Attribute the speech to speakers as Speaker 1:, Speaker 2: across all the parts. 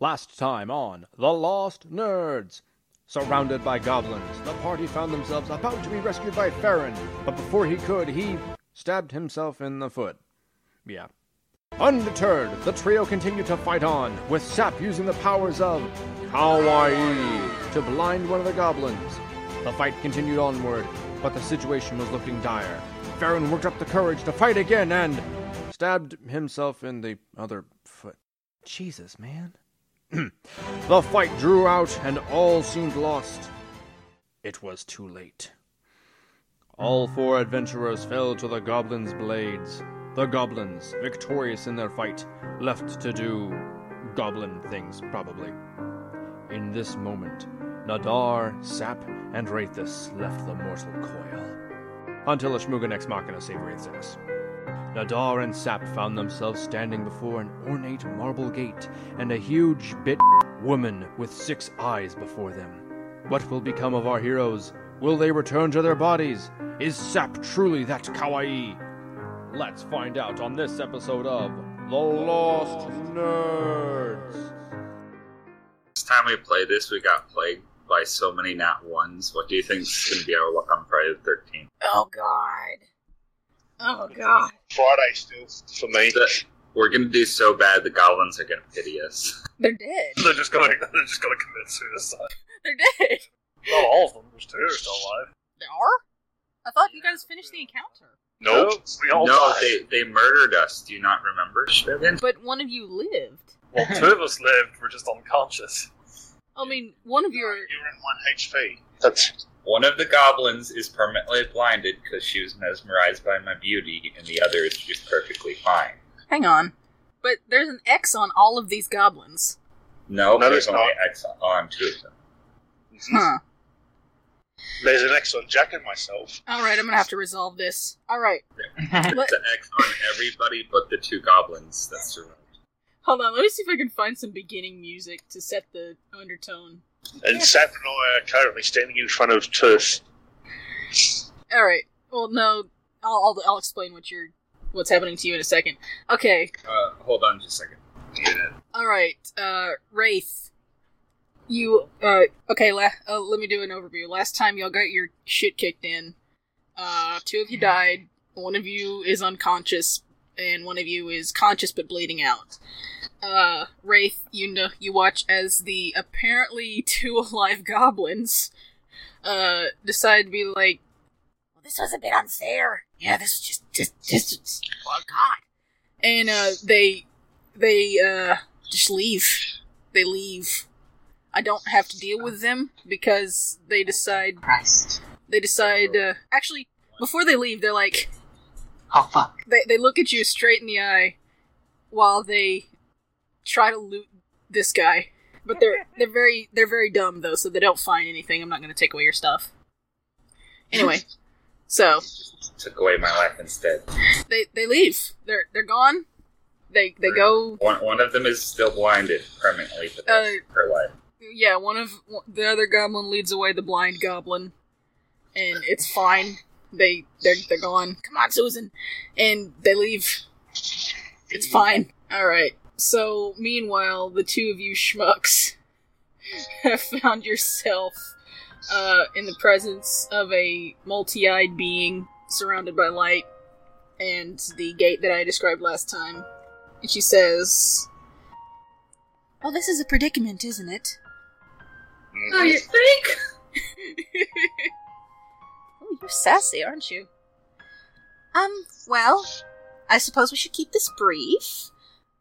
Speaker 1: Last time on The Lost Nerds. Surrounded by goblins, the party found themselves about to be rescued by Farron, but before he could, he stabbed himself in the foot. Yeah. Undeterred, the trio continued to fight on, with Sap using the powers of Kawaii to blind one of the goblins. The fight continued onward, but the situation was looking dire. Farron worked up the courage to fight again and stabbed himself in the other foot. Jesus, man. the fight drew out, and all seemed lost. It was too late. All four adventurers fell to the goblins' blades. The goblins, victorious in their fight, left to do goblin things, probably. In this moment, Nadar, Sap, and Wraithus left the mortal coil. Until Ashmugan ex machina saved Wraithus. Nadar and Sap found themselves standing before an ornate marble gate and a huge bit woman with six eyes before them. What will become of our heroes? Will they return to their bodies? Is Sap truly that kawaii? Let's find out on this episode of The Lost Nerds.
Speaker 2: Next time we play this, we got plagued by so many not ones. What do you think is going to be our luck on Friday the Thirteenth?
Speaker 3: Oh god. Oh god.
Speaker 4: Friday still for me.
Speaker 2: We're going to do so bad the goblins are going to pity us.
Speaker 3: They're dead.
Speaker 5: They're just gonna they're just gonna commit suicide.
Speaker 3: They're dead.
Speaker 5: Not all of them, there's two still alive.
Speaker 3: They are? I thought you guys finished the encounter.
Speaker 4: Nope.
Speaker 5: We all
Speaker 2: no,
Speaker 5: died.
Speaker 2: they they murdered us. Do you not remember? Shriven?
Speaker 3: But one of you lived.
Speaker 5: Well, two of us lived. We're just unconscious.
Speaker 3: I mean, one of your
Speaker 4: You're in one HP. That's
Speaker 2: One of the goblins is permanently blinded because she was mesmerized by my beauty, and the other is just perfectly fine.
Speaker 3: Hang on. But there's an X on all of these goblins.
Speaker 2: No,
Speaker 4: No,
Speaker 2: there's
Speaker 4: there's
Speaker 2: only
Speaker 4: not.
Speaker 2: X on two of them.
Speaker 3: Huh.
Speaker 4: Mm-hmm. there's an excellent Jack and myself.
Speaker 3: Alright, I'm gonna have to resolve this. Alright.
Speaker 2: It's an X on everybody but the two goblins that surround.
Speaker 3: Hold on, let me see if I can find some beginning music to set the undertone.
Speaker 4: And Sap and I are currently standing in front of Turf.
Speaker 3: Alright. Well no I'll, I'll I'll explain what you're what's happening to you in a second. Okay.
Speaker 2: Uh, hold on just a second.
Speaker 3: All right, uh, Wraith. You, uh, okay, la- uh, let me do an overview. Last time y'all got your shit kicked in. Uh, two of you died, one of you is unconscious, and one of you is conscious but bleeding out. Uh, Wraith, you know, you watch as the apparently two alive goblins, uh, decide to be like, well, this was a bit unfair. Yeah, this is just, just, just, just oh god. And, uh, they they uh just leave. They leave. I don't have to deal with them because they decide
Speaker 6: Christ.
Speaker 3: they decide uh, actually before they leave they're like
Speaker 6: Oh fuck.
Speaker 3: they they look at you straight in the eye while they try to loot this guy. But they're they're very they're very dumb though, so they don't find anything. I'm not going to take away your stuff. Anyway, so
Speaker 2: Took away my life instead.
Speaker 3: they they leave. They're they're gone. They they go
Speaker 2: One, one of them is still blinded permanently for the rest of her life.
Speaker 3: yeah, one of the other goblin leads away the blind goblin, and it's fine. They they're they're gone. Come on, Susan, and they leave. It's fine. All right. So meanwhile, the two of you schmucks have found yourself uh, in the presence of a multi-eyed being surrounded by light and the gate that I described last time. And she says, "Well, this is a predicament, isn't it?"
Speaker 4: Mm-hmm.
Speaker 6: Oh, you think?
Speaker 3: oh, you're sassy, aren't you? Um, well, I suppose we should keep this brief.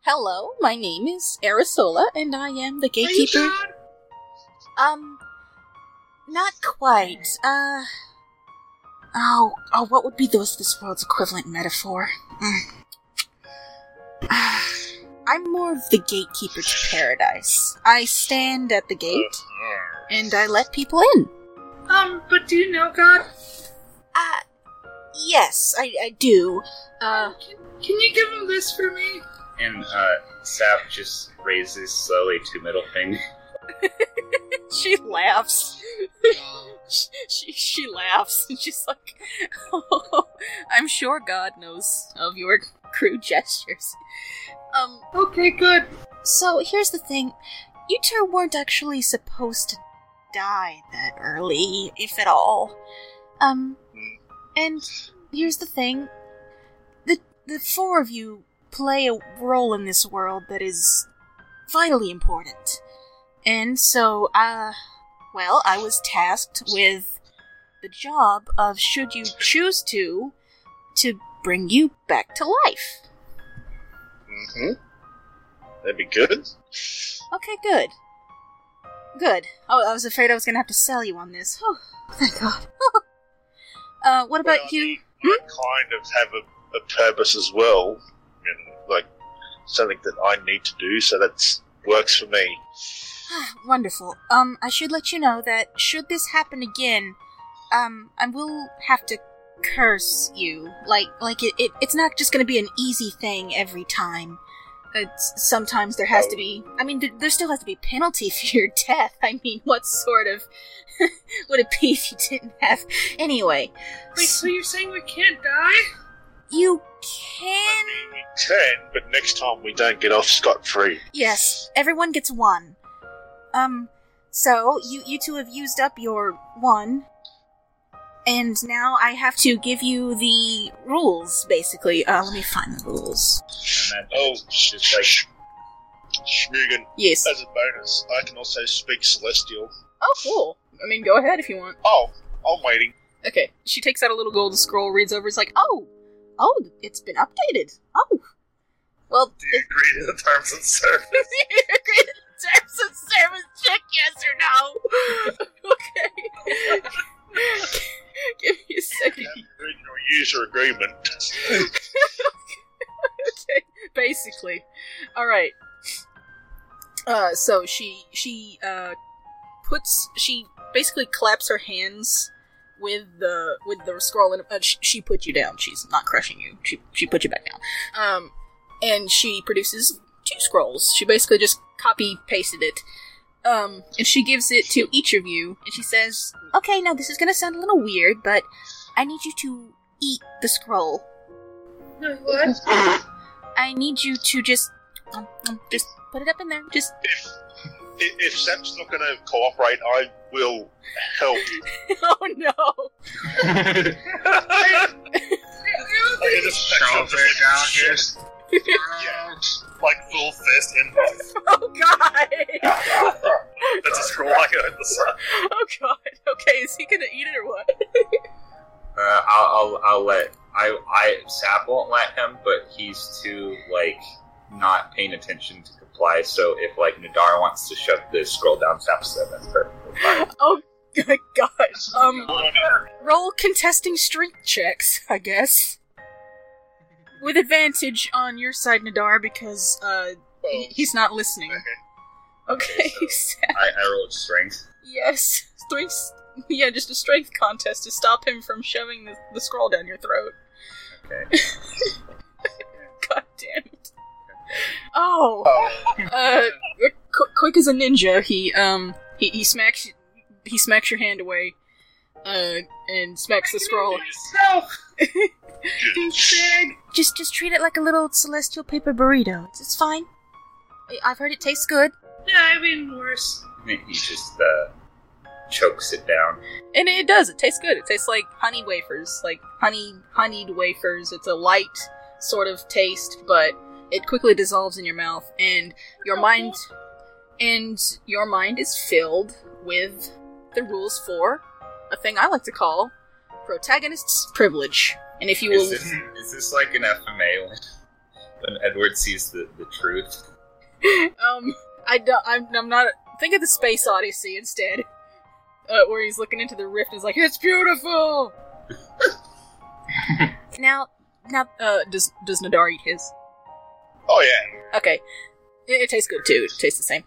Speaker 3: Hello, my name is Arisola, and I am the gatekeeper. Um, not quite. Uh, oh, oh, what would be this this world's equivalent metaphor? Mm. Ah, I'm more of the gatekeeper to paradise. I stand at the
Speaker 4: Uh,
Speaker 3: gate and I let people in.
Speaker 6: Um, but do you know God?
Speaker 3: Uh, yes, I, I do. Uh,
Speaker 6: Can, can you give him this for me?
Speaker 2: And uh, Sap just raises slowly two middle fingers.
Speaker 3: she laughs. she, she, she laughs, and she's like, oh, I'm sure God knows of your crude gestures. Um,
Speaker 6: Okay, good.
Speaker 7: So here's the thing you two weren't actually supposed to die that early, if at all. Um, and here's the thing the, the four of you play a role in this world that is vitally important. And so, uh, well, I was tasked with the job of, should you choose to, to bring you back to life.
Speaker 4: Mm-hmm. That'd be good.
Speaker 7: Okay, good. Good. Oh, I was afraid I was gonna have to sell you on this. Oh, thank God. uh, what about
Speaker 4: Well, I
Speaker 7: you?
Speaker 4: mean, I kind of have a, a purpose as well, and like something that I need to do, so that's works for me.
Speaker 7: Wonderful. Um, I should let you know that should this happen again, um, I will have to curse you. Like, like it, it it's not just gonna be an easy thing every time. It's, sometimes there has to be. I mean, there, there still has to be penalty for your death. I mean, what sort of would it be if you didn't have? Anyway,
Speaker 6: Wait, so you're saying we can't die?
Speaker 7: you
Speaker 4: I
Speaker 7: can
Speaker 4: mean, we can, but next time we don't get off scot free.
Speaker 7: Yes, everyone gets one. Um, so you you two have used up your one, and now I have to give you the rules. Basically, uh, let me find the rules.
Speaker 2: And then
Speaker 4: Oh,
Speaker 2: just like
Speaker 4: Schmugen.
Speaker 3: Yes.
Speaker 4: As a bonus, I can also speak Celestial.
Speaker 3: Oh, cool. I mean, go ahead if you want.
Speaker 4: Oh, I'm waiting.
Speaker 3: Okay. She takes out a little gold scroll, reads over. It's like, oh, oh, it's been updated. Oh, well,
Speaker 5: Do you agree to the terms and service?
Speaker 3: you agree to the terms of service? Check yes or no. okay. Give me a second.
Speaker 4: Read your user agreement.
Speaker 3: okay, basically. All right. Uh, so she she uh puts she basically claps her hands with the with the scroll and uh, sh- she put you down. She's not crushing you. She she put you back down. Um, and she produces two scrolls. She basically just copy pasted it. Um, and she gives it to each of you, and she says,
Speaker 7: Okay, now this is gonna sound a little weird, but I need you to eat the scroll.
Speaker 6: No, what?
Speaker 7: I need you to just um, um, just put it up in there. Just
Speaker 4: If, if, if Sam's not going to cooperate, I will help.
Speaker 3: "Oh no!"
Speaker 5: Like, it just picks up
Speaker 2: shoulder
Speaker 5: this,
Speaker 2: down
Speaker 5: like,
Speaker 2: here.
Speaker 5: shit,
Speaker 4: Yeah.
Speaker 5: like full fist inbox.
Speaker 3: Oh god!
Speaker 2: Uh,
Speaker 5: That's a scroll I got in the sun.
Speaker 3: Oh god. Okay, is he gonna eat it or what?
Speaker 2: Uh, I'll, I'll, I'll let I, I Sap won't let him, but he's too like not paying attention to comply. So if like Nadar wants to shove the scroll down Sap's then that's perfectly fine.
Speaker 3: Oh good god. Um
Speaker 4: Whatever.
Speaker 3: roll contesting strength checks, I guess. With advantage on your side, Nadar, because uh he- he's not listening. Okay,
Speaker 2: Okay,
Speaker 3: so-
Speaker 2: I, I rolled strength.
Speaker 3: yes. Strength yeah, just a strength contest to stop him from shoving the, the scroll down your throat.
Speaker 2: Okay.
Speaker 3: God damn it. Oh,
Speaker 4: Oh,
Speaker 3: uh, qu- quick as a ninja, he um he, he smacks he smacks your hand away, uh, and smacks the scroll.
Speaker 6: No, douchebag.
Speaker 7: just just treat it like a little celestial paper burrito. It's, it's fine. I- I've heard it tastes good.
Speaker 6: Yeah, I mean worse.
Speaker 2: I think He just uh, chokes it down.
Speaker 3: And it does. It tastes good. It tastes like honey wafers, like honey honeyed wafers. It's a light sort of taste, but it quickly dissolves in your mouth, and your mind and your mind is filled with the rules for a thing I like to call protagonist's privilege. And if you will,
Speaker 2: Is this, is this like an FMA when, when Edward sees the, the truth?
Speaker 3: um, I don't, I'm, I'm not. Think of the Space Odyssey instead, uh, where he's looking into the rift and is like, "It's beautiful."
Speaker 7: Now, now
Speaker 3: Uh, does does Nadar eat his?
Speaker 4: oh yeah.
Speaker 3: Okay, it, it tastes good too. It tastes the same.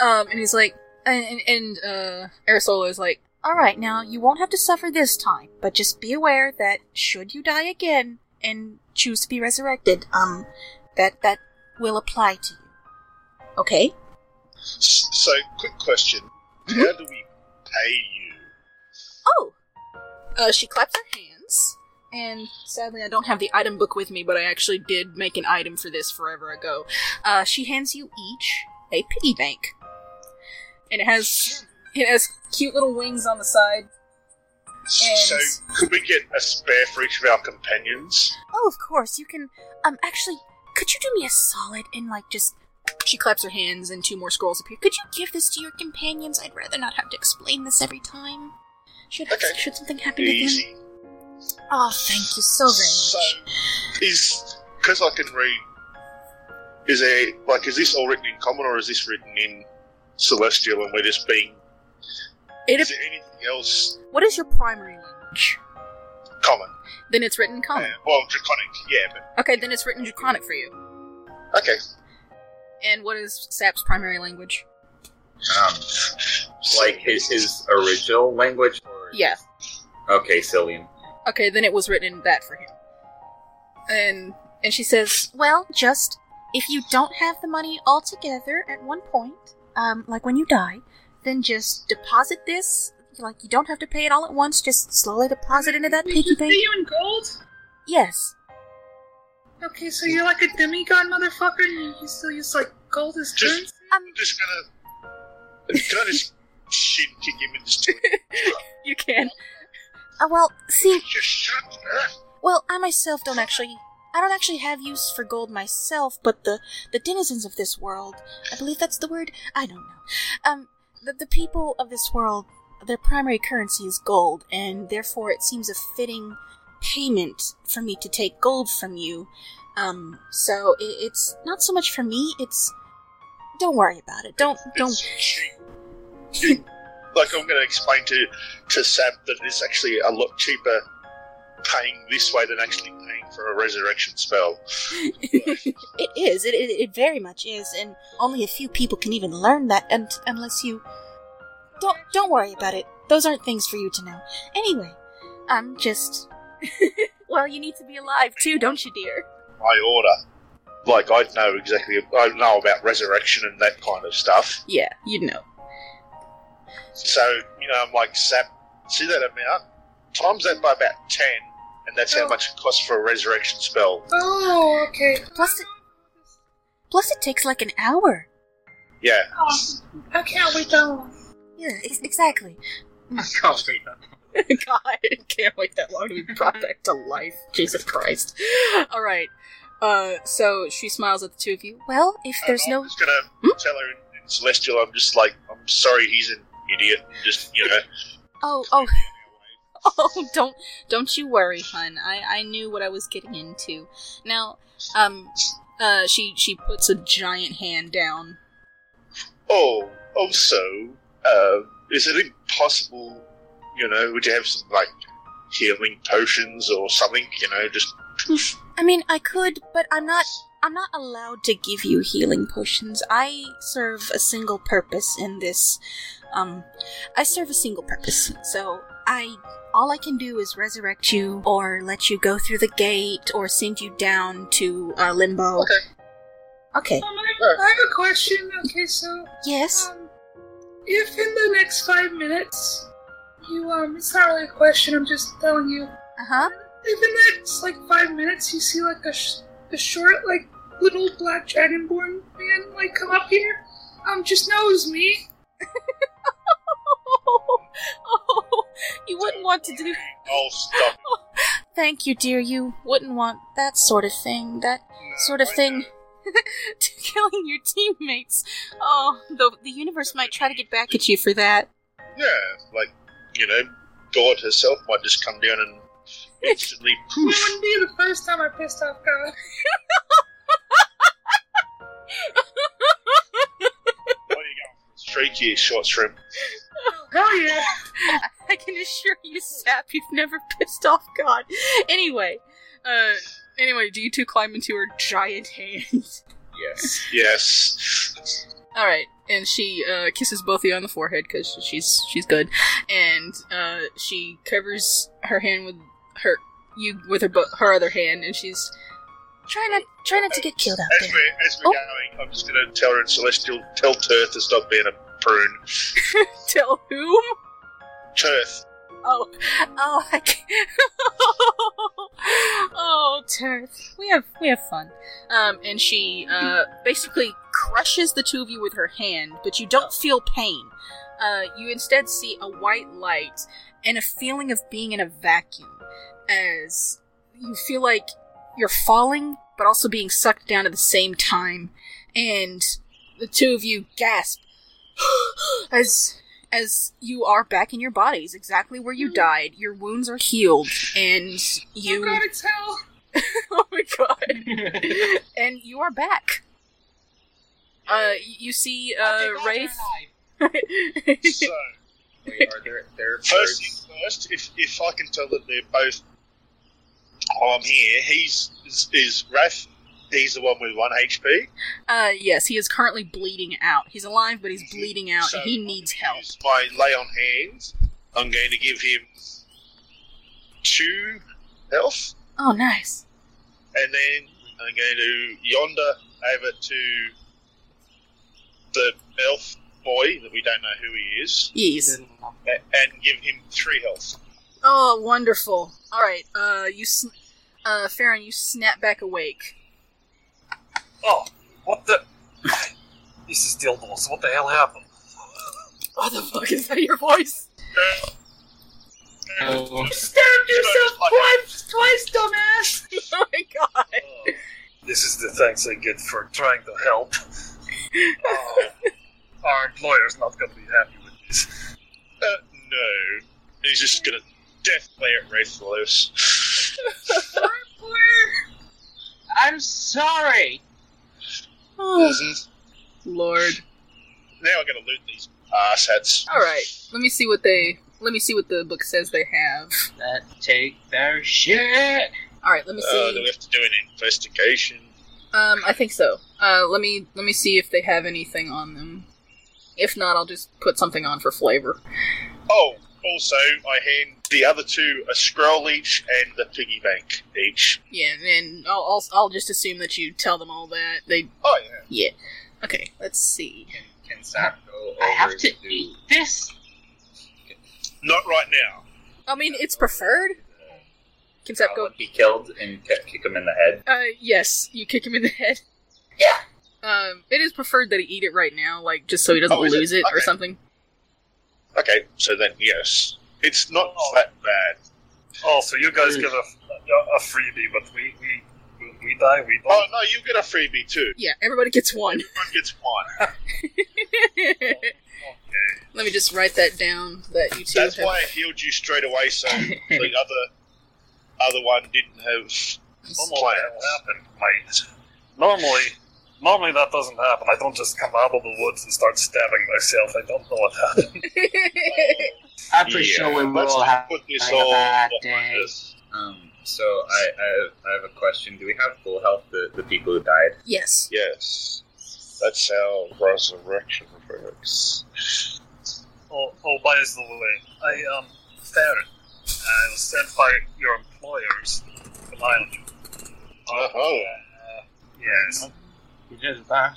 Speaker 3: Um, and he's like, and and uh, Aerosola is like,
Speaker 7: All right, now you won't have to suffer this time, but just be aware that should you die again and choose to be resurrected, um, that that will apply to you. Okay.
Speaker 4: S- So, quick question. How do we pay you?
Speaker 7: Oh,
Speaker 3: uh, she claps her hands and sadly I don't have the item book with me, but I actually did make an item for this forever ago. Uh, she hands you each a piggy bank, and it has it has cute little wings on the side.
Speaker 4: So, could we get a spare for each of our companions?
Speaker 7: Oh, of course you can. Um, actually, could you do me a solid and like just?
Speaker 3: She claps her hands, and two more scrolls appear.
Speaker 7: Could you give this to your companions? I'd rather not have to explain this every time. Should
Speaker 4: Okay.
Speaker 7: should something happen to them?
Speaker 4: Easy.
Speaker 7: Oh, thank you so very much.
Speaker 4: So, is because I can read. Is there like is this all written in common or is this written in celestial and we're just being?
Speaker 3: It
Speaker 4: is there anything else
Speaker 3: What is your primary language?
Speaker 4: common?
Speaker 3: Then it's written
Speaker 4: Uh,
Speaker 3: common.
Speaker 4: well, draconic, yeah,
Speaker 3: Okay, then it's written draconic for you.
Speaker 4: but okay.
Speaker 3: And what is Sap's primary language?
Speaker 2: Um, like his, his original language? Or...
Speaker 3: Yeah.
Speaker 2: Okay, Cillian.
Speaker 3: Okay, then it was written in that for him. And and she says,
Speaker 7: Well, just if you don't have the money altogether at one point, um, like when you die, then just deposit this. Like you don't have to pay it all at once. Just slowly deposit into that
Speaker 6: Did
Speaker 7: piggy
Speaker 6: they
Speaker 7: bank.
Speaker 6: you in gold?
Speaker 7: Yes.
Speaker 6: Okay, so you're like a demigod motherfucker and you- you still use like gold as
Speaker 4: Just-
Speaker 6: currency?
Speaker 7: Um.
Speaker 4: I'm just gonna. Can I just shin kick him in the stomach?
Speaker 3: "You can."
Speaker 7: Uh, well, see,
Speaker 4: Just shut up.
Speaker 7: well, I myself don't actually. I don't actually have use for gold myself, but the the denizens of this world, I believe that's the word. I don't know. Um, the the people of this world, their primary currency is gold, and therefore it seems a fitting payment for me to take gold from you. Um, so i it's not so much for me. It's don't worry about it. Don't don't.
Speaker 4: It's cheap. You- like I'm gonna explain to to Sab that it's actually a lot cheaper paying this way than actually paying for a resurrection spell.
Speaker 7: It is. It, it, it very much is, and only a few people can even learn that, and unless you don't don't worry about it. Those aren't things for you to know. Anyway, I'm just.
Speaker 3: Well, you need to be alive too, don't you, dear?
Speaker 4: I order. Like I know exactly. I know about resurrection and that kind of stuff.
Speaker 3: Yeah, you'd know.
Speaker 4: So you know, I'm like Sab. See that amount? Times that by about ten, and that's how
Speaker 6: Oh.
Speaker 4: much it costs for a resurrection spell.
Speaker 6: Oh, okay.
Speaker 7: Plus, it, plus it takes like an hour.
Speaker 4: Yeah.
Speaker 6: Oh, I can't wait that long. Um,
Speaker 7: Yeah, ex- exactly.
Speaker 3: God, I can't wait that long to be brought back to life. Jesus Christ. All right. Uh, so she smiles at the two of you.
Speaker 7: Well, if there's
Speaker 4: I'm
Speaker 7: no Hmm?
Speaker 4: just gonna tell her in, in Celestial. I'm just like, I'm sorry, he's an idiot. Just you know.
Speaker 7: oh oh
Speaker 3: Oh, don't don't you worry, hun. I I knew what I was getting into. Now, um, uh, she she puts a giant hand down.
Speaker 4: Oh, also, uh, is it impossible? You know, would you have some like healing potions or something? You know, just poof.
Speaker 7: I mean, I could, but I'm not. I'm not allowed to give you healing potions. I serve a single purpose in this. Um, I serve a single purpose. So I, all I can do is resurrect you, or let you go through the gate, or send you down to uh, limbo.
Speaker 4: Okay.
Speaker 7: Okay.
Speaker 6: Um, I, have, I have a question. Okay, so
Speaker 7: Yes.
Speaker 6: Um, if in the next five minutes, you, um, it's not really a question, I'm just telling you.
Speaker 7: Uh huh.
Speaker 6: If in the next, like, five minutes, you see, like, a, sh- a short, like, little black dragonborn man, like, come up here, um, just know it was me.
Speaker 3: oh, you wouldn't want to do.
Speaker 4: I'll stop.
Speaker 7: Thank you, dear. You wouldn't want that sort of thing. That sort of thing.
Speaker 3: killing your teammates. Oh, the the universe might try to get back at you for that.
Speaker 4: Yeah, like you know, God herself might just come down and instantly
Speaker 6: It
Speaker 4: poof.
Speaker 6: wouldn't be the first time I pissed off God.
Speaker 4: What are you going for? Streak here, short shrimp.
Speaker 6: Hell yeah.
Speaker 3: I can assure you, Sap, you've never pissed off God. Anyway, uh, anyway, do you two climb into her giant hand?
Speaker 2: Yes.
Speaker 4: Yes.
Speaker 3: All right, and she uh, kisses both of you on the forehead because she's she's good, and uh, she covers her hand with her you with her bo- her other hand, and she's
Speaker 7: Try not. Try not to get killed out
Speaker 4: As
Speaker 7: there.
Speaker 4: we're, as we're
Speaker 7: Oh.
Speaker 4: going, I'm just going to tell her in Celestial, tell Turth to stop being a prune.
Speaker 3: tell whom?
Speaker 4: Turth,
Speaker 7: Oh, oh, I can't. oh, Tirith.
Speaker 3: We have we have fun. Um, and she uh, basically crushes the two of you with her hand, but you don't feel pain. Uh, you instead see a white light and a feeling of being in a vacuum, as you feel like you're falling, but also being sucked down at the same time. And the two of you gasp as as you are back in your bodies, exactly where you died. Your wounds are healed, and you.
Speaker 6: Oh god, it's hell!
Speaker 3: oh my god! and you are back. Uh, you see, uh, Wraith.
Speaker 4: So,
Speaker 2: Wait, are there, there are
Speaker 4: first
Speaker 2: birds?
Speaker 4: things first, if, if I can tell that they're both. Oh, I'm here. He's. Is, is Raph. He's the one with 1 HP.
Speaker 3: uh, yes, he is currently bleeding out. He's alive, but he's bleeding out.
Speaker 4: So
Speaker 3: and he needs
Speaker 4: I'm gonna
Speaker 3: help.
Speaker 4: use My lay on hands. I'm going to give him two health,
Speaker 3: Oh, nice.
Speaker 4: and then I'm going to yonder over to the elf boy that we don't know who he is,
Speaker 3: Yes.
Speaker 4: a- and give him three health.
Speaker 3: Oh, wonderful. All right. Uh, you, sn- uh, Farron, you snap back awake.
Speaker 5: Oh, what the? This is Dildos. What the hell happened?
Speaker 3: What the fuck is that? Your voice?
Speaker 8: Oh,
Speaker 6: Stabbed yourself
Speaker 4: Like-
Speaker 6: twice, twice, dumbass!
Speaker 3: oh my god.
Speaker 5: This is the thanks I get for trying to help. Oh, our employer's not going to be happy with this.
Speaker 4: Uh, no, he's just going to death glare at Wraithless.
Speaker 8: I'm sorry.
Speaker 3: Oh,
Speaker 4: Mhm.
Speaker 3: Lord.
Speaker 4: now I'm going to loot these asshats.
Speaker 3: All right. Let me see what they. Let me see what the book says they have.
Speaker 8: That take their shit.
Speaker 3: All right. Let me
Speaker 4: Uh, do we
Speaker 3: see.
Speaker 4: have to do an investigation?
Speaker 3: Um, I think so. Uh, let me let me see if they have anything on them. If not, I'll just put something on for flavor.
Speaker 4: Oh, also, I hand the other two a scroll each and a piggy bank each.
Speaker 3: Yeah, and I'll I'll, I'll just assume that you tell them all that they.
Speaker 4: Oh, yeah.
Speaker 3: Yeah. Okay. Let's see.
Speaker 2: Can, can Zap go over
Speaker 8: I have to
Speaker 2: to
Speaker 8: eat this.
Speaker 4: Not right now.
Speaker 3: I mean, it's preferred. Can Seth go?
Speaker 2: Alan be uh, killed and ki- kick him in the head?
Speaker 3: Uh, yes. You kick him in the head.
Speaker 2: Yeah.
Speaker 3: Um, it is preferred that he eat it right now, like just so he doesn't
Speaker 4: Oh, is it?
Speaker 3: lose it, or
Speaker 4: Okay.
Speaker 3: something.
Speaker 4: Okay, so then yes. It's not
Speaker 5: Oh.
Speaker 4: that bad.
Speaker 5: Oh, so you guys get a, a freebie, but we we we die. We
Speaker 4: Oh,
Speaker 5: don't.
Speaker 4: no, you get a freebie too.
Speaker 3: Yeah. Everybody gets one.
Speaker 4: Everyone gets one.
Speaker 5: Oh.
Speaker 3: Let me just write that down. That you two.
Speaker 4: That's
Speaker 3: have-
Speaker 4: why I healed you straight away, so the other other one didn't have.
Speaker 5: Normally that will happen, mate. Normally, normally that doesn't happen. I don't just come out of the woods and start stabbing myself. I don't know what happened.
Speaker 8: I'm pretty
Speaker 4: Yeah,
Speaker 8: sure we
Speaker 4: let's
Speaker 8: will have.
Speaker 4: put this
Speaker 8: having a
Speaker 4: all
Speaker 8: bad
Speaker 4: behind
Speaker 8: day.
Speaker 4: us.
Speaker 2: Um, so I, I, I have a question. Do we have full health, the, the people who died?
Speaker 3: yes.
Speaker 4: Yes. That's how resurrection works.
Speaker 5: Oh, oh, by the way, I um, Farron, I was sent by your employers to lie on you.
Speaker 2: Oh,
Speaker 4: Uh huh.
Speaker 5: Uh, yes,
Speaker 8: You did that.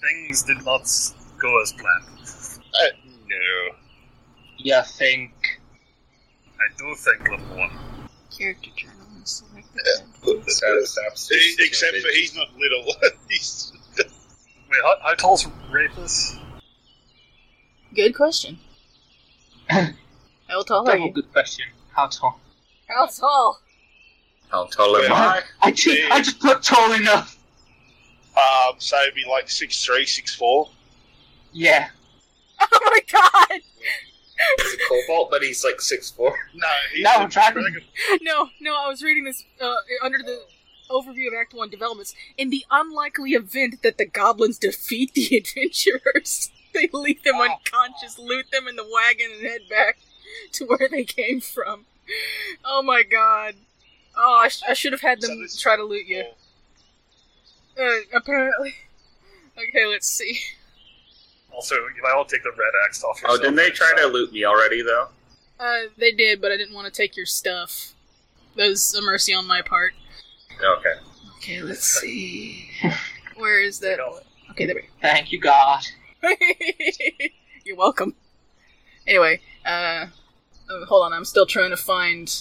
Speaker 5: things did not s- go as planned.
Speaker 4: No.
Speaker 8: You think?
Speaker 5: I do think, little one.
Speaker 7: Character journal and select
Speaker 2: Zap, Zap's just
Speaker 4: Except
Speaker 2: too
Speaker 4: for
Speaker 2: big.
Speaker 4: he's not little. he's
Speaker 5: Wait, how, how tall's Rapus?
Speaker 3: Good question. How tall are
Speaker 8: Double
Speaker 3: you?
Speaker 8: good question. How tall?
Speaker 3: How tall?
Speaker 2: How tall am I?
Speaker 8: I just, I just put tall enough.
Speaker 4: um, so it'd be like six three, six four.
Speaker 8: Yeah.
Speaker 3: Oh my god!
Speaker 2: He's a cobalt, but he's like six four.
Speaker 4: No, he's
Speaker 8: No,
Speaker 4: a
Speaker 8: dragon.
Speaker 3: No, no, I was reading this uh, under the overview of Act 1 developments. In the unlikely event that the goblins defeat the adventurers, they leave them unconscious, loot them in the wagon, and head back to where they came from. Oh my god. Oh, I, sh- I should have had
Speaker 4: So
Speaker 3: them
Speaker 4: this-
Speaker 3: try to loot you. Uh, apparently. Okay, let's see.
Speaker 5: Also, you might want to take the red axe off
Speaker 2: Oh,
Speaker 5: yourself.
Speaker 2: didn't they try to loot me already, though?
Speaker 3: Uh, they did, but I didn't want to take your stuff. That was a mercy on my part.
Speaker 2: Okay.
Speaker 3: Okay, let's see. Where is that?
Speaker 5: No.
Speaker 3: Okay, there we go.
Speaker 8: Thank you, God.
Speaker 3: You're welcome. Anyway, uh, Uh, hold on, I'm still trying to find.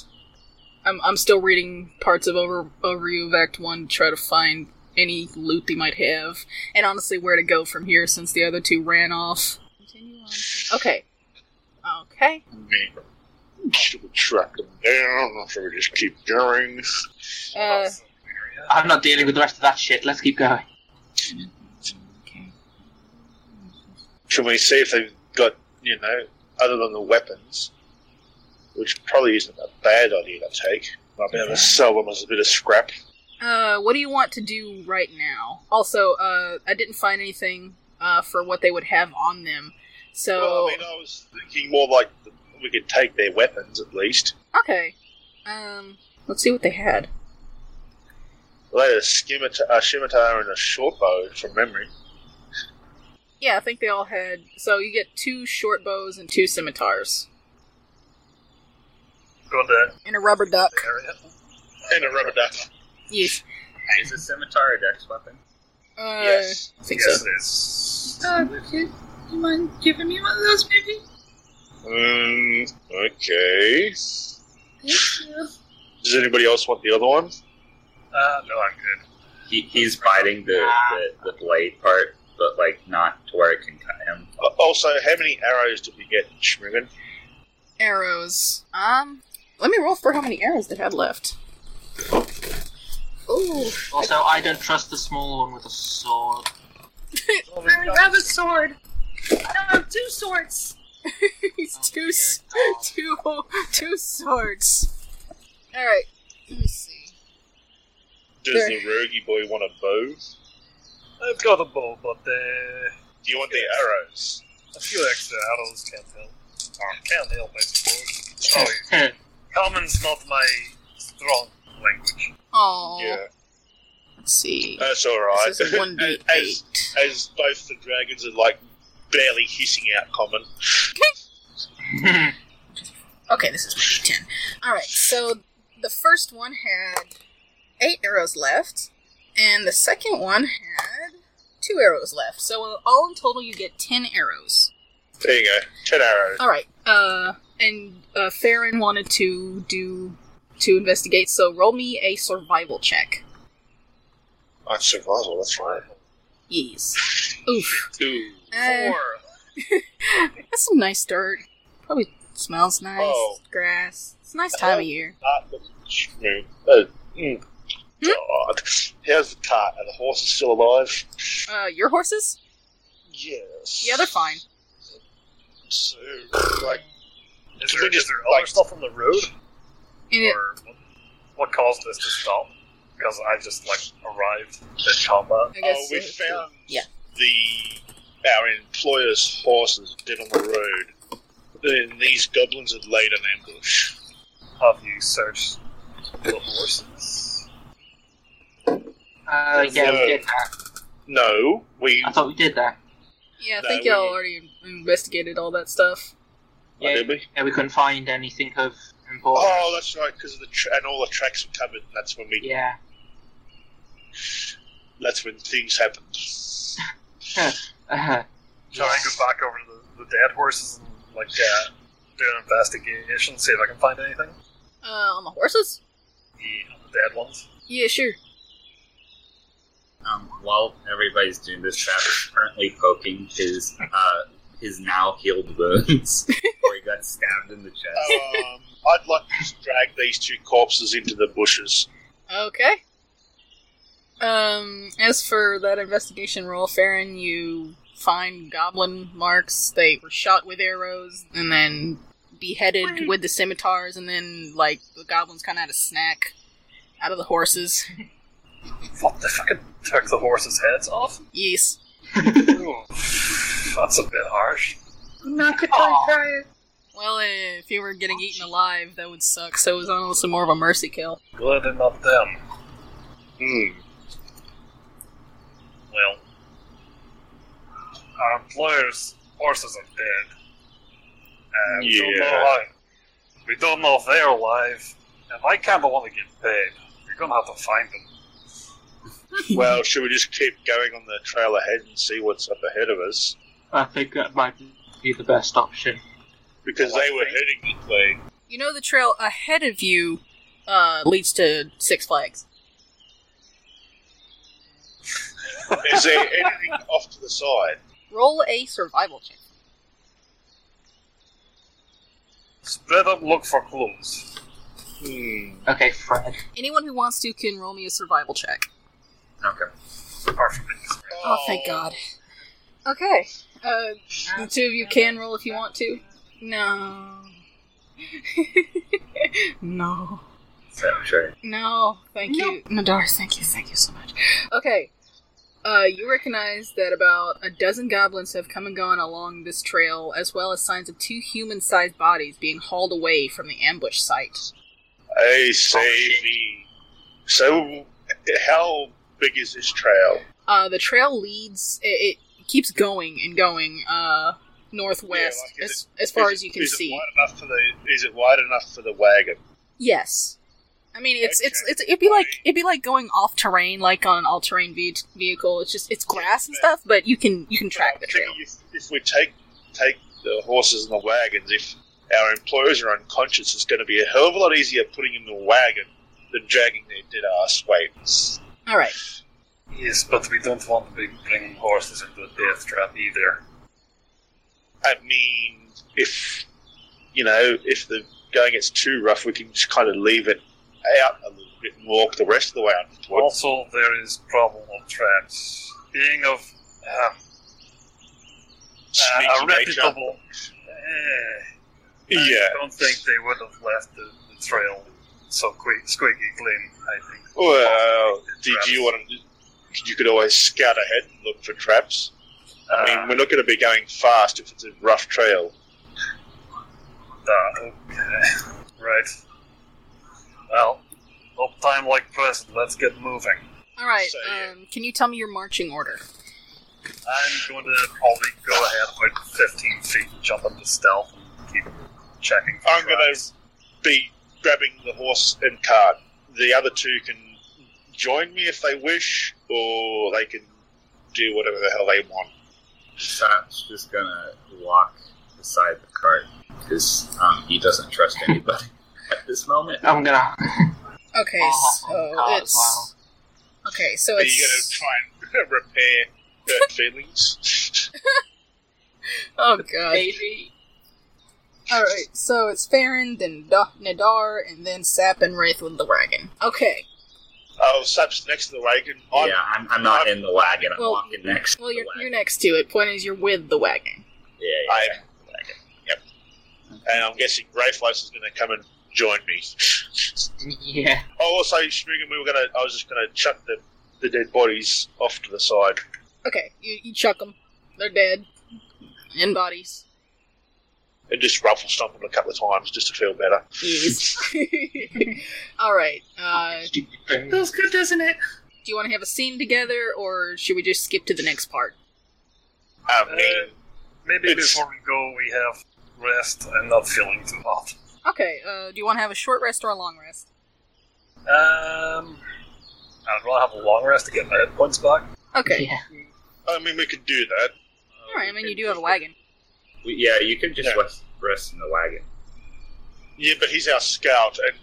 Speaker 3: I'm I'm still reading parts of Over Overview of Act One to try to find any loot they might have, and honestly, where to go from here since the other two ran off. Continue on. to- Okay. Okay.
Speaker 4: I mean, should we track them down, or should we just keep going?
Speaker 3: Uh,
Speaker 8: I'm not dealing with the rest of that shit. Let's keep going.
Speaker 4: Should we see if they've got, you know, other than the weapons, which probably isn't a bad idea to take. Might be able to sell them as a bit of scrap.
Speaker 3: Uh, what do you want to do right now? Also, uh, I didn't find anything uh, for what they would have on them. So,
Speaker 4: Well, I mean, I was thinking more like we could take their weapons at least.
Speaker 3: okay. Um, let's see what they had.
Speaker 4: They had a scimitar, a scimitar and a shortbow from memory.
Speaker 3: Yeah, I think they all had. So you get two short bows and two scimitars
Speaker 5: Going to
Speaker 3: and a rubber duck.
Speaker 5: the area.
Speaker 4: And a rubber duck.
Speaker 3: Yes.
Speaker 2: Is a scimitar a dex weapon?
Speaker 3: Uh,
Speaker 4: yes.
Speaker 3: I think
Speaker 5: Yes,
Speaker 3: so.
Speaker 5: it is.
Speaker 6: Uh, could you mind giving me one of those, maybe?
Speaker 4: Um, okay.
Speaker 6: Thank you.
Speaker 4: Does anybody else want the other one?
Speaker 5: Uh, no, I'm good.
Speaker 2: He, he's biting the, the, the blade part, but like not to where it can cut him.
Speaker 4: Uh, Also, how many arrows did we get, Schmigan?
Speaker 3: Arrows. Um, let me roll for how many arrows they had left. Ooh,
Speaker 8: Also, I don't trust the small one with a sword.
Speaker 6: I don't have a sword. I don't have two swords.
Speaker 3: he's
Speaker 8: Oh,
Speaker 3: two,
Speaker 8: dear
Speaker 3: s-
Speaker 8: God.
Speaker 3: two, two swords. All right. Let me see.
Speaker 4: Does
Speaker 3: Sure.
Speaker 4: the roguey boy want a bow?
Speaker 5: I've got a bow, but uh,
Speaker 4: Do you want the arrows?
Speaker 5: a few extra arrows can't help. Or can't help, I suppose. Sorry, common's not my strong language.
Speaker 3: Oh,
Speaker 4: Yeah,
Speaker 3: let's see.
Speaker 4: that's all right.
Speaker 3: This is one d
Speaker 4: as,
Speaker 3: eight.
Speaker 4: as both the dragons are like barely hissing out common.
Speaker 3: Okay, this is one d ten. All right, so the first one had eight arrows left, and the second one had two arrows left. So all in total, you get ten arrows.
Speaker 4: There you go, ten arrows.
Speaker 3: All right. Uh, and uh, Farron wanted to do to investigate. So roll me a survival check.
Speaker 4: Oh, it's survival. That's right.
Speaker 3: Yes. Oof.
Speaker 4: Two.
Speaker 3: Uh,
Speaker 5: Four.
Speaker 3: that's some nice dirt. Probably smells nice.
Speaker 4: Oh.
Speaker 3: Grass. It's a nice time of year.
Speaker 4: Cart with Shmoo. Oh, mm. God, how's the cart? Are the horses still alive?
Speaker 3: Uh, your horses?
Speaker 4: Yes.
Speaker 3: Yeah, they're fine.
Speaker 4: So, like,
Speaker 5: Is
Speaker 4: Can we
Speaker 5: there,
Speaker 4: just,
Speaker 5: is there
Speaker 4: like-
Speaker 5: other stuff on the road?
Speaker 3: And it,
Speaker 5: Or what caused this to stop? Because I just, like, arrived at combat.
Speaker 3: I guess.
Speaker 4: oh, we
Speaker 3: uh,
Speaker 4: found
Speaker 3: Yeah.
Speaker 4: the our employer's horses dead on the road. Then these goblins had laid an ambush.
Speaker 5: Have you searched the horses?
Speaker 8: Uh, yeah,
Speaker 4: Uh,
Speaker 8: we did that.
Speaker 4: No, we.
Speaker 8: I thought we did that.
Speaker 3: Yeah, I
Speaker 4: No,
Speaker 3: think
Speaker 4: we-
Speaker 3: y'all already investigated all that stuff.
Speaker 4: oh, did we?
Speaker 8: Yeah, we couldn't find anything of importance.
Speaker 4: Oh, that's right, because the tra- and all the tracks were covered. and That's when we.
Speaker 8: Yeah.
Speaker 4: That's when things happened.
Speaker 8: Uh,
Speaker 5: Shall I go back over to the, the dead horses and, like, uh, do an investigation, see if I can find anything?
Speaker 3: Uh, on the horses?
Speaker 5: Yeah, the dead ones.
Speaker 3: Yeah, sure.
Speaker 2: Um, while everybody's doing this, Travis is currently poking his uh, his now healed wounds where he got stabbed in the chest.
Speaker 4: um, I'd like to just drag these two corpses into the bushes.
Speaker 3: Okay. Um, as for that investigation roll, Farron, you find goblin marks. They were shot with arrows and then beheaded
Speaker 6: Wait.
Speaker 3: with the scimitars, and then, like, the goblins kind of had a snack out of the horses.
Speaker 5: What the fucking took the horses' heads off?
Speaker 3: yes.
Speaker 5: Ooh, That's a bit harsh.
Speaker 6: I'm not gonna
Speaker 8: Aw.
Speaker 6: try it.
Speaker 3: Well, eh, if you were getting eaten alive, that would suck, so it was honestly more of a mercy kill.
Speaker 5: Glad they're not them.
Speaker 4: Hmm.
Speaker 5: Well, our employer's horses are dead. Uh, we don't know
Speaker 4: Yeah.
Speaker 5: how. We don't know if they're alive, and I kind of want to get paid. You're gonna have to find them.
Speaker 4: Well, should we just keep going on the trail ahead and see what's up ahead of us?
Speaker 8: I think that might be the best option.
Speaker 4: because they were heading this way.
Speaker 3: You know the trail ahead of you uh, leads to Six Flags.
Speaker 4: Is there anything off to the side?
Speaker 3: Roll a survival check.
Speaker 5: Split up, look for clues.
Speaker 4: Hmm.
Speaker 8: Okay, Fred.
Speaker 3: Anyone who wants to can roll me a survival check.
Speaker 2: Okay.
Speaker 5: Perfect.
Speaker 3: Oh, thank God. Okay. Uh, the two of you can roll if you want to. No. no.
Speaker 2: Sam, sure.
Speaker 3: No, thank you. Nadar, thank you, thank you so much. Okay. Uh, you recognize that about a dozen goblins have come and gone along this trail, as well as signs of two human sized bodies being hauled away from the ambush site.
Speaker 4: Oh, I say the. So, how big is this trail?
Speaker 3: Uh, the trail leads, it, it keeps going and going uh, northwest,
Speaker 4: Yeah, like, is
Speaker 3: as, as far
Speaker 4: Is-
Speaker 3: as you can
Speaker 4: is
Speaker 3: see.
Speaker 4: It wide enough for the, is it wide enough for the wagon?
Speaker 3: Yes. I mean, it's it's
Speaker 4: Okay.
Speaker 3: it's it'd be like it'd be like going off terrain, like on an all terrain ve- vehicle. It's just it's grass and stuff, but you can you can track the trail.
Speaker 4: If, if we take take the horses and the wagons, if our employers are unconscious, it's going to be a hell of a lot easier putting them in the wagon than dragging their dead ass weights.
Speaker 3: All right.
Speaker 5: Yes, but we don't want to be bringing horses into a death trap either.
Speaker 4: I mean, if you know, if the going gets too rough, we can just kind of leave it out a little bit and walk the rest of the way out. towards-
Speaker 5: Also, there is problem of traps. Being of um,
Speaker 4: Sneaky
Speaker 5: uh, a
Speaker 4: nature.
Speaker 5: reputable, Eh,
Speaker 4: Yeah.
Speaker 5: I don't think they would have left the, the trail so quick, squeaky clean. I think.
Speaker 4: Well, did
Speaker 5: Traps.
Speaker 4: you want to? You could always scout ahead and look for traps. I mean, we're not going to be going fast if it's a rough trail.
Speaker 5: Uh, okay. Right. Well, no time like present. Let's get moving.
Speaker 3: All right.
Speaker 4: So, yeah.
Speaker 3: Um, can you tell me your marching order?
Speaker 5: I'm going to probably go ahead about 15 feet and jump into stealth and keep checking. for
Speaker 4: I'm gonna-
Speaker 5: traps.
Speaker 4: be grabbing the horse and cart. The other two can join me if they wish, or they can do whatever the hell they want.
Speaker 2: Sam's just gonna walk beside the cart because um, he doesn't trust anybody at this moment.
Speaker 3: Oh,
Speaker 8: I'm gonna.
Speaker 3: Okay,
Speaker 8: Oh,
Speaker 3: so
Speaker 8: God,
Speaker 3: it's okay. So
Speaker 4: Are you
Speaker 3: it's
Speaker 4: going to try and repair hurt feelings?
Speaker 3: oh god.
Speaker 8: Baby.
Speaker 3: All right. So it's Farron, then da- Nadar, and then Sap and Wraith with the wagon. Okay.
Speaker 4: oh, Sap's next to the wagon. I'm,
Speaker 2: yeah, I'm, I'm not in the wagon. I'm
Speaker 3: Well-
Speaker 2: walking next.
Speaker 3: Well,
Speaker 2: to the
Speaker 3: you're
Speaker 2: wagon.
Speaker 3: you're next to it. Point is, you're with the wagon.
Speaker 2: Yeah, yeah.
Speaker 4: I'm Yep. And I'm guessing Rayflice is going to come and join me.
Speaker 8: Yeah.
Speaker 4: Oh, also, Schmigan, we were going to. I was just going to chuck the, the dead bodies off to the side.
Speaker 3: Okay. You you chuck them. They're dead. In bodies.
Speaker 4: And just ruffle stomp them a couple of times just to feel better.
Speaker 3: Yes. All right. Uh,
Speaker 8: Stupid thing.
Speaker 6: Feels good, doesn't it?
Speaker 3: do you want to have a scene together, or should we just skip to the next part?
Speaker 4: I
Speaker 2: Um,
Speaker 5: Uh,
Speaker 4: mean,
Speaker 5: maybe
Speaker 4: it's-
Speaker 5: before we go, we have rest and not feeling too hot.
Speaker 3: Okay. Uh, do you want to have a short rest or a long rest?
Speaker 5: Um, I'd rather have a long rest to get my hit points back.
Speaker 3: Okay.
Speaker 8: Yeah.
Speaker 4: Uh, I mean, we could do that.
Speaker 3: All right. I mean, you do have a wagon.
Speaker 2: We, yeah, you can just
Speaker 4: Yeah.
Speaker 2: rest, rest in the wagon.
Speaker 4: Yeah, but he's our scout, and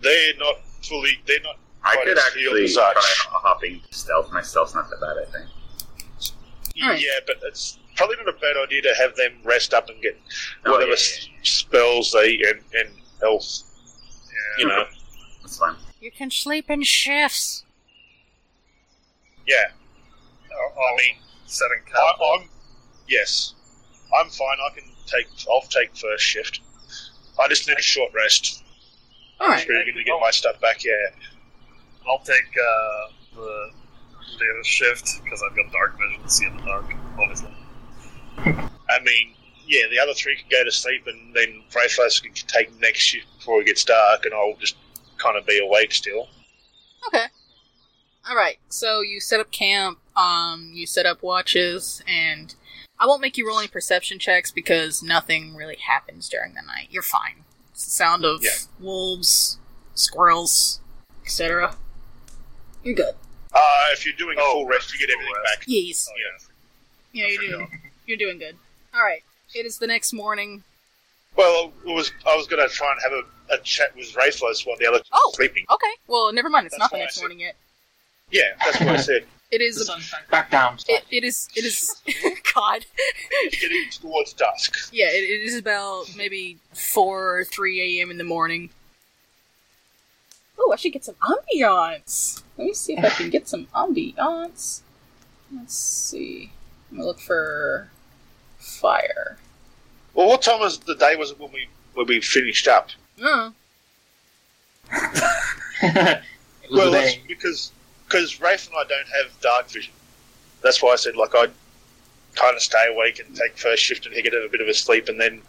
Speaker 4: they're not fully. They're not.
Speaker 2: I
Speaker 4: Quite
Speaker 2: could
Speaker 4: as healed
Speaker 2: actually
Speaker 4: as
Speaker 2: try
Speaker 4: us.
Speaker 2: hopping stealth. My stealth's not that bad, I think.
Speaker 3: Alright.
Speaker 4: Yeah, but it's probably not a bad idea to have them rest up and get
Speaker 2: Oh,
Speaker 4: whatever
Speaker 2: yeah, yeah,
Speaker 4: s- spells they and, and health. You know.
Speaker 2: That's fine.
Speaker 7: You can sleep in shifts.
Speaker 4: Yeah,
Speaker 5: I mean, setting
Speaker 4: I,
Speaker 5: camp.
Speaker 4: I'm. Yes, I'm fine. I can take. I'll take first shift. I just need a short rest.
Speaker 3: All right.
Speaker 4: It's really good to get my stuff back. Yeah.
Speaker 5: I'll take uh, the leader shift because I've got dark vision to see in the dark, obviously.
Speaker 4: I mean, yeah, the other three can go to sleep, and then Rayface can take next shift before it gets dark, and I'll just kind of be awake still.
Speaker 3: Okay. All right. So you set up camp. Um, you set up watches, and I won't make you roll any perception checks because nothing really happens during the night. You're fine. It's the sound of
Speaker 4: Yeah.
Speaker 3: wolves, squirrels, etc. You're good.
Speaker 4: Uh, if you're doing a
Speaker 5: Oh,
Speaker 4: full rest, you get
Speaker 5: full
Speaker 4: everything
Speaker 5: rest.
Speaker 4: back.
Speaker 3: Yes.
Speaker 4: Yeah.
Speaker 3: Yeah, you do. You're doing good. All right. It is the next morning.
Speaker 4: Well, it was I was going to try and have a, a chat with Rayflies while the other two
Speaker 3: Oh.
Speaker 4: were sleeping.
Speaker 3: Okay. Well, never mind. It's
Speaker 4: That's
Speaker 3: not the
Speaker 4: why I
Speaker 3: next
Speaker 4: said-
Speaker 3: morning yet.
Speaker 4: Yeah, that's what I said.
Speaker 3: It
Speaker 8: The
Speaker 3: is. A,
Speaker 8: sun sank back down.
Speaker 3: it, it is. It is. God.
Speaker 4: Getting towards dusk.
Speaker 3: Yeah. It, it is about maybe four or three a.m. in the morning. Oh, I should get some ambiance. Let me see if I can get some ambiance. Let's see. I'm gonna look for fire.
Speaker 4: Well, what time was the day? Was it when we when we finished up?
Speaker 3: Oh,
Speaker 8: it was
Speaker 4: well,
Speaker 8: a
Speaker 4: that's
Speaker 8: day.
Speaker 4: because because Rafe and I don't have dark vision. That's why I said like I'd kind of stay awake and take first shift, and he could have a bit of a sleep, and then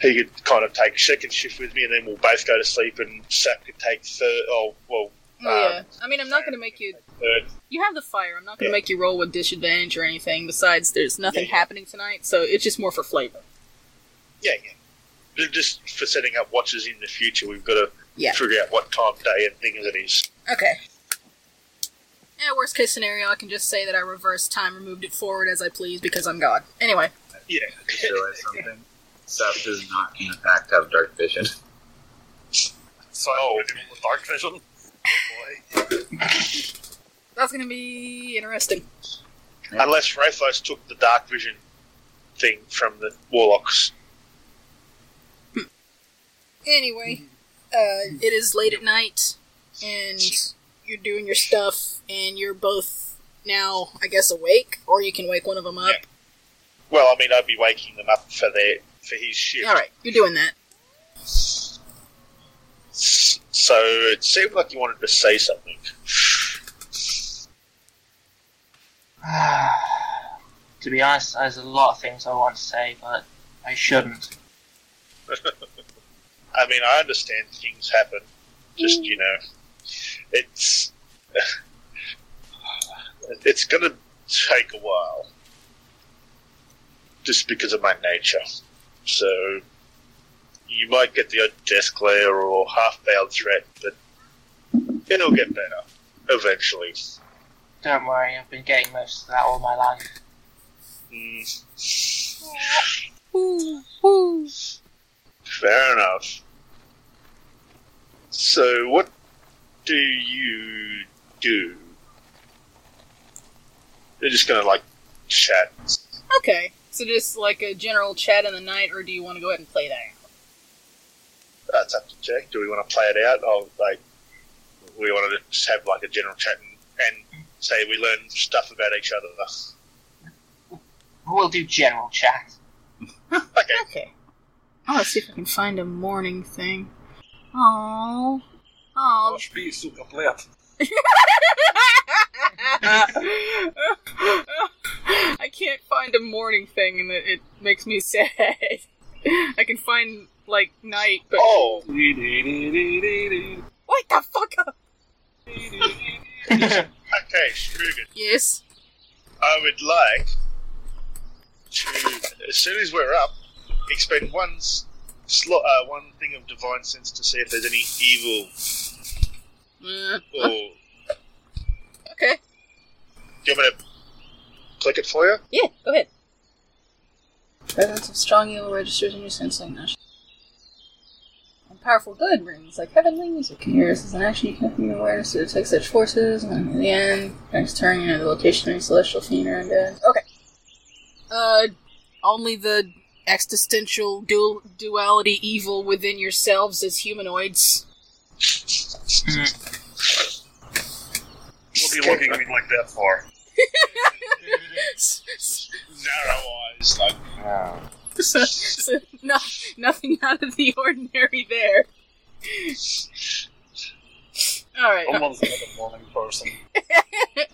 Speaker 4: he could kind of take second shift with me, and then we'll both go to sleep, and Sap could take third. Oh well,
Speaker 3: yeah. I mean, I'm not gonna make you.
Speaker 4: third.
Speaker 3: You have the fire. I'm not gonna
Speaker 4: Uh, Yeah.
Speaker 3: make you roll with disadvantage or anything. Besides, there's nothing
Speaker 4: Yeah, yeah.
Speaker 3: happening tonight, so it's just more for flavor.
Speaker 4: Yeah, yeah. But Just for setting up watches in the future, we've got to
Speaker 3: Yeah.
Speaker 4: figure out what time of day and things it is.
Speaker 3: Okay. Yeah, worst case scenario, I can just say that I reversed time and moved it forward as I please because I'm God. Anyway,
Speaker 4: Yeah.
Speaker 2: Just realized something. Seth does not, in fact, have dark vision.
Speaker 5: So I'm gonna do with dark vision. Oh
Speaker 3: that's gonna be interesting.
Speaker 4: Unless Rathos took the dark vision thing from the warlocks.
Speaker 3: Anyway, uh, it is late at night, and you're doing your stuff, and you're both now, I guess, awake, or you can wake one of them up.
Speaker 4: Well, I mean, I'd be waking them up for their for his shift.
Speaker 3: All right, you're doing that.
Speaker 4: So it seemed like you wanted to say something.
Speaker 8: to be honest, there's a lot of things I want to say, but I shouldn't.
Speaker 4: I mean, I understand things happen. Just you know, it's it's gonna take a while, just because of my nature. So you might get the odd desk layer or half-veiled threat, but it'll get better eventually.
Speaker 8: Don't worry, I've been getting most of that all my life.
Speaker 4: Mm,
Speaker 3: Woo, woo.
Speaker 4: fair enough. So what do you do? They're just gonna like chat.
Speaker 3: Okay, so just like a general chat in the night, or do you want to go ahead and play that?
Speaker 4: That's up to Jack. Do we want to play it out? Or like we want to just have like a general chat and, and say we learn stuff about each other.
Speaker 8: We'll do general chat.
Speaker 4: Okay.
Speaker 3: Okay. I want to see if I can find a morning thing. Aww. Aww.
Speaker 5: boy. be super blip.
Speaker 3: I can't find a morning thing, and it, it makes me sad. I can find like night, but
Speaker 4: Oh,
Speaker 3: wait the fuck up.
Speaker 4: okay, Strugan.
Speaker 3: Yes.
Speaker 4: I would like to, as soon as we're up, expend one s- slot, uh, one thing of divine sense to see if there's any evil
Speaker 3: Mm,
Speaker 4: or. Do
Speaker 3: okay.
Speaker 4: you want me to click it for you?
Speaker 3: Yeah. Go ahead. Presence of strong evil registers in your sensing. Ash- And powerful good rings like heavenly music. Here, this is an action you can from your awareness to detect such forces. And in the end, next turn, you know the location of your celestial fiend or undead. Okay. Uh, only the existential dual duality evil within yourselves as humanoids.
Speaker 5: What are you looking at me like that for?
Speaker 4: Narrow eyes, like
Speaker 3: so, so no, nothing out of the ordinary there. All right.
Speaker 5: Someone's another morning person.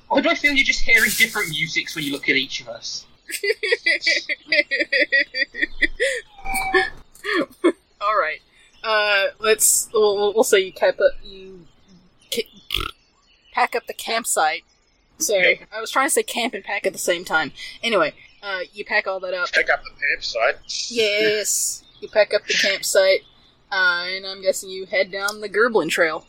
Speaker 8: Or do I feel you're just hearing different musics when you look at each of us?
Speaker 3: All right. Uh, let's. We'll, we'll- we'll say you cap up. You ca- pack up the campsite. Sorry, I was trying to say camp and pack at the same time. Anyway, uh, you pack all that up.
Speaker 4: pick up the campsite.
Speaker 3: Yes, you pack up the campsite, uh, and I'm guessing you head down the Gerblin Trail.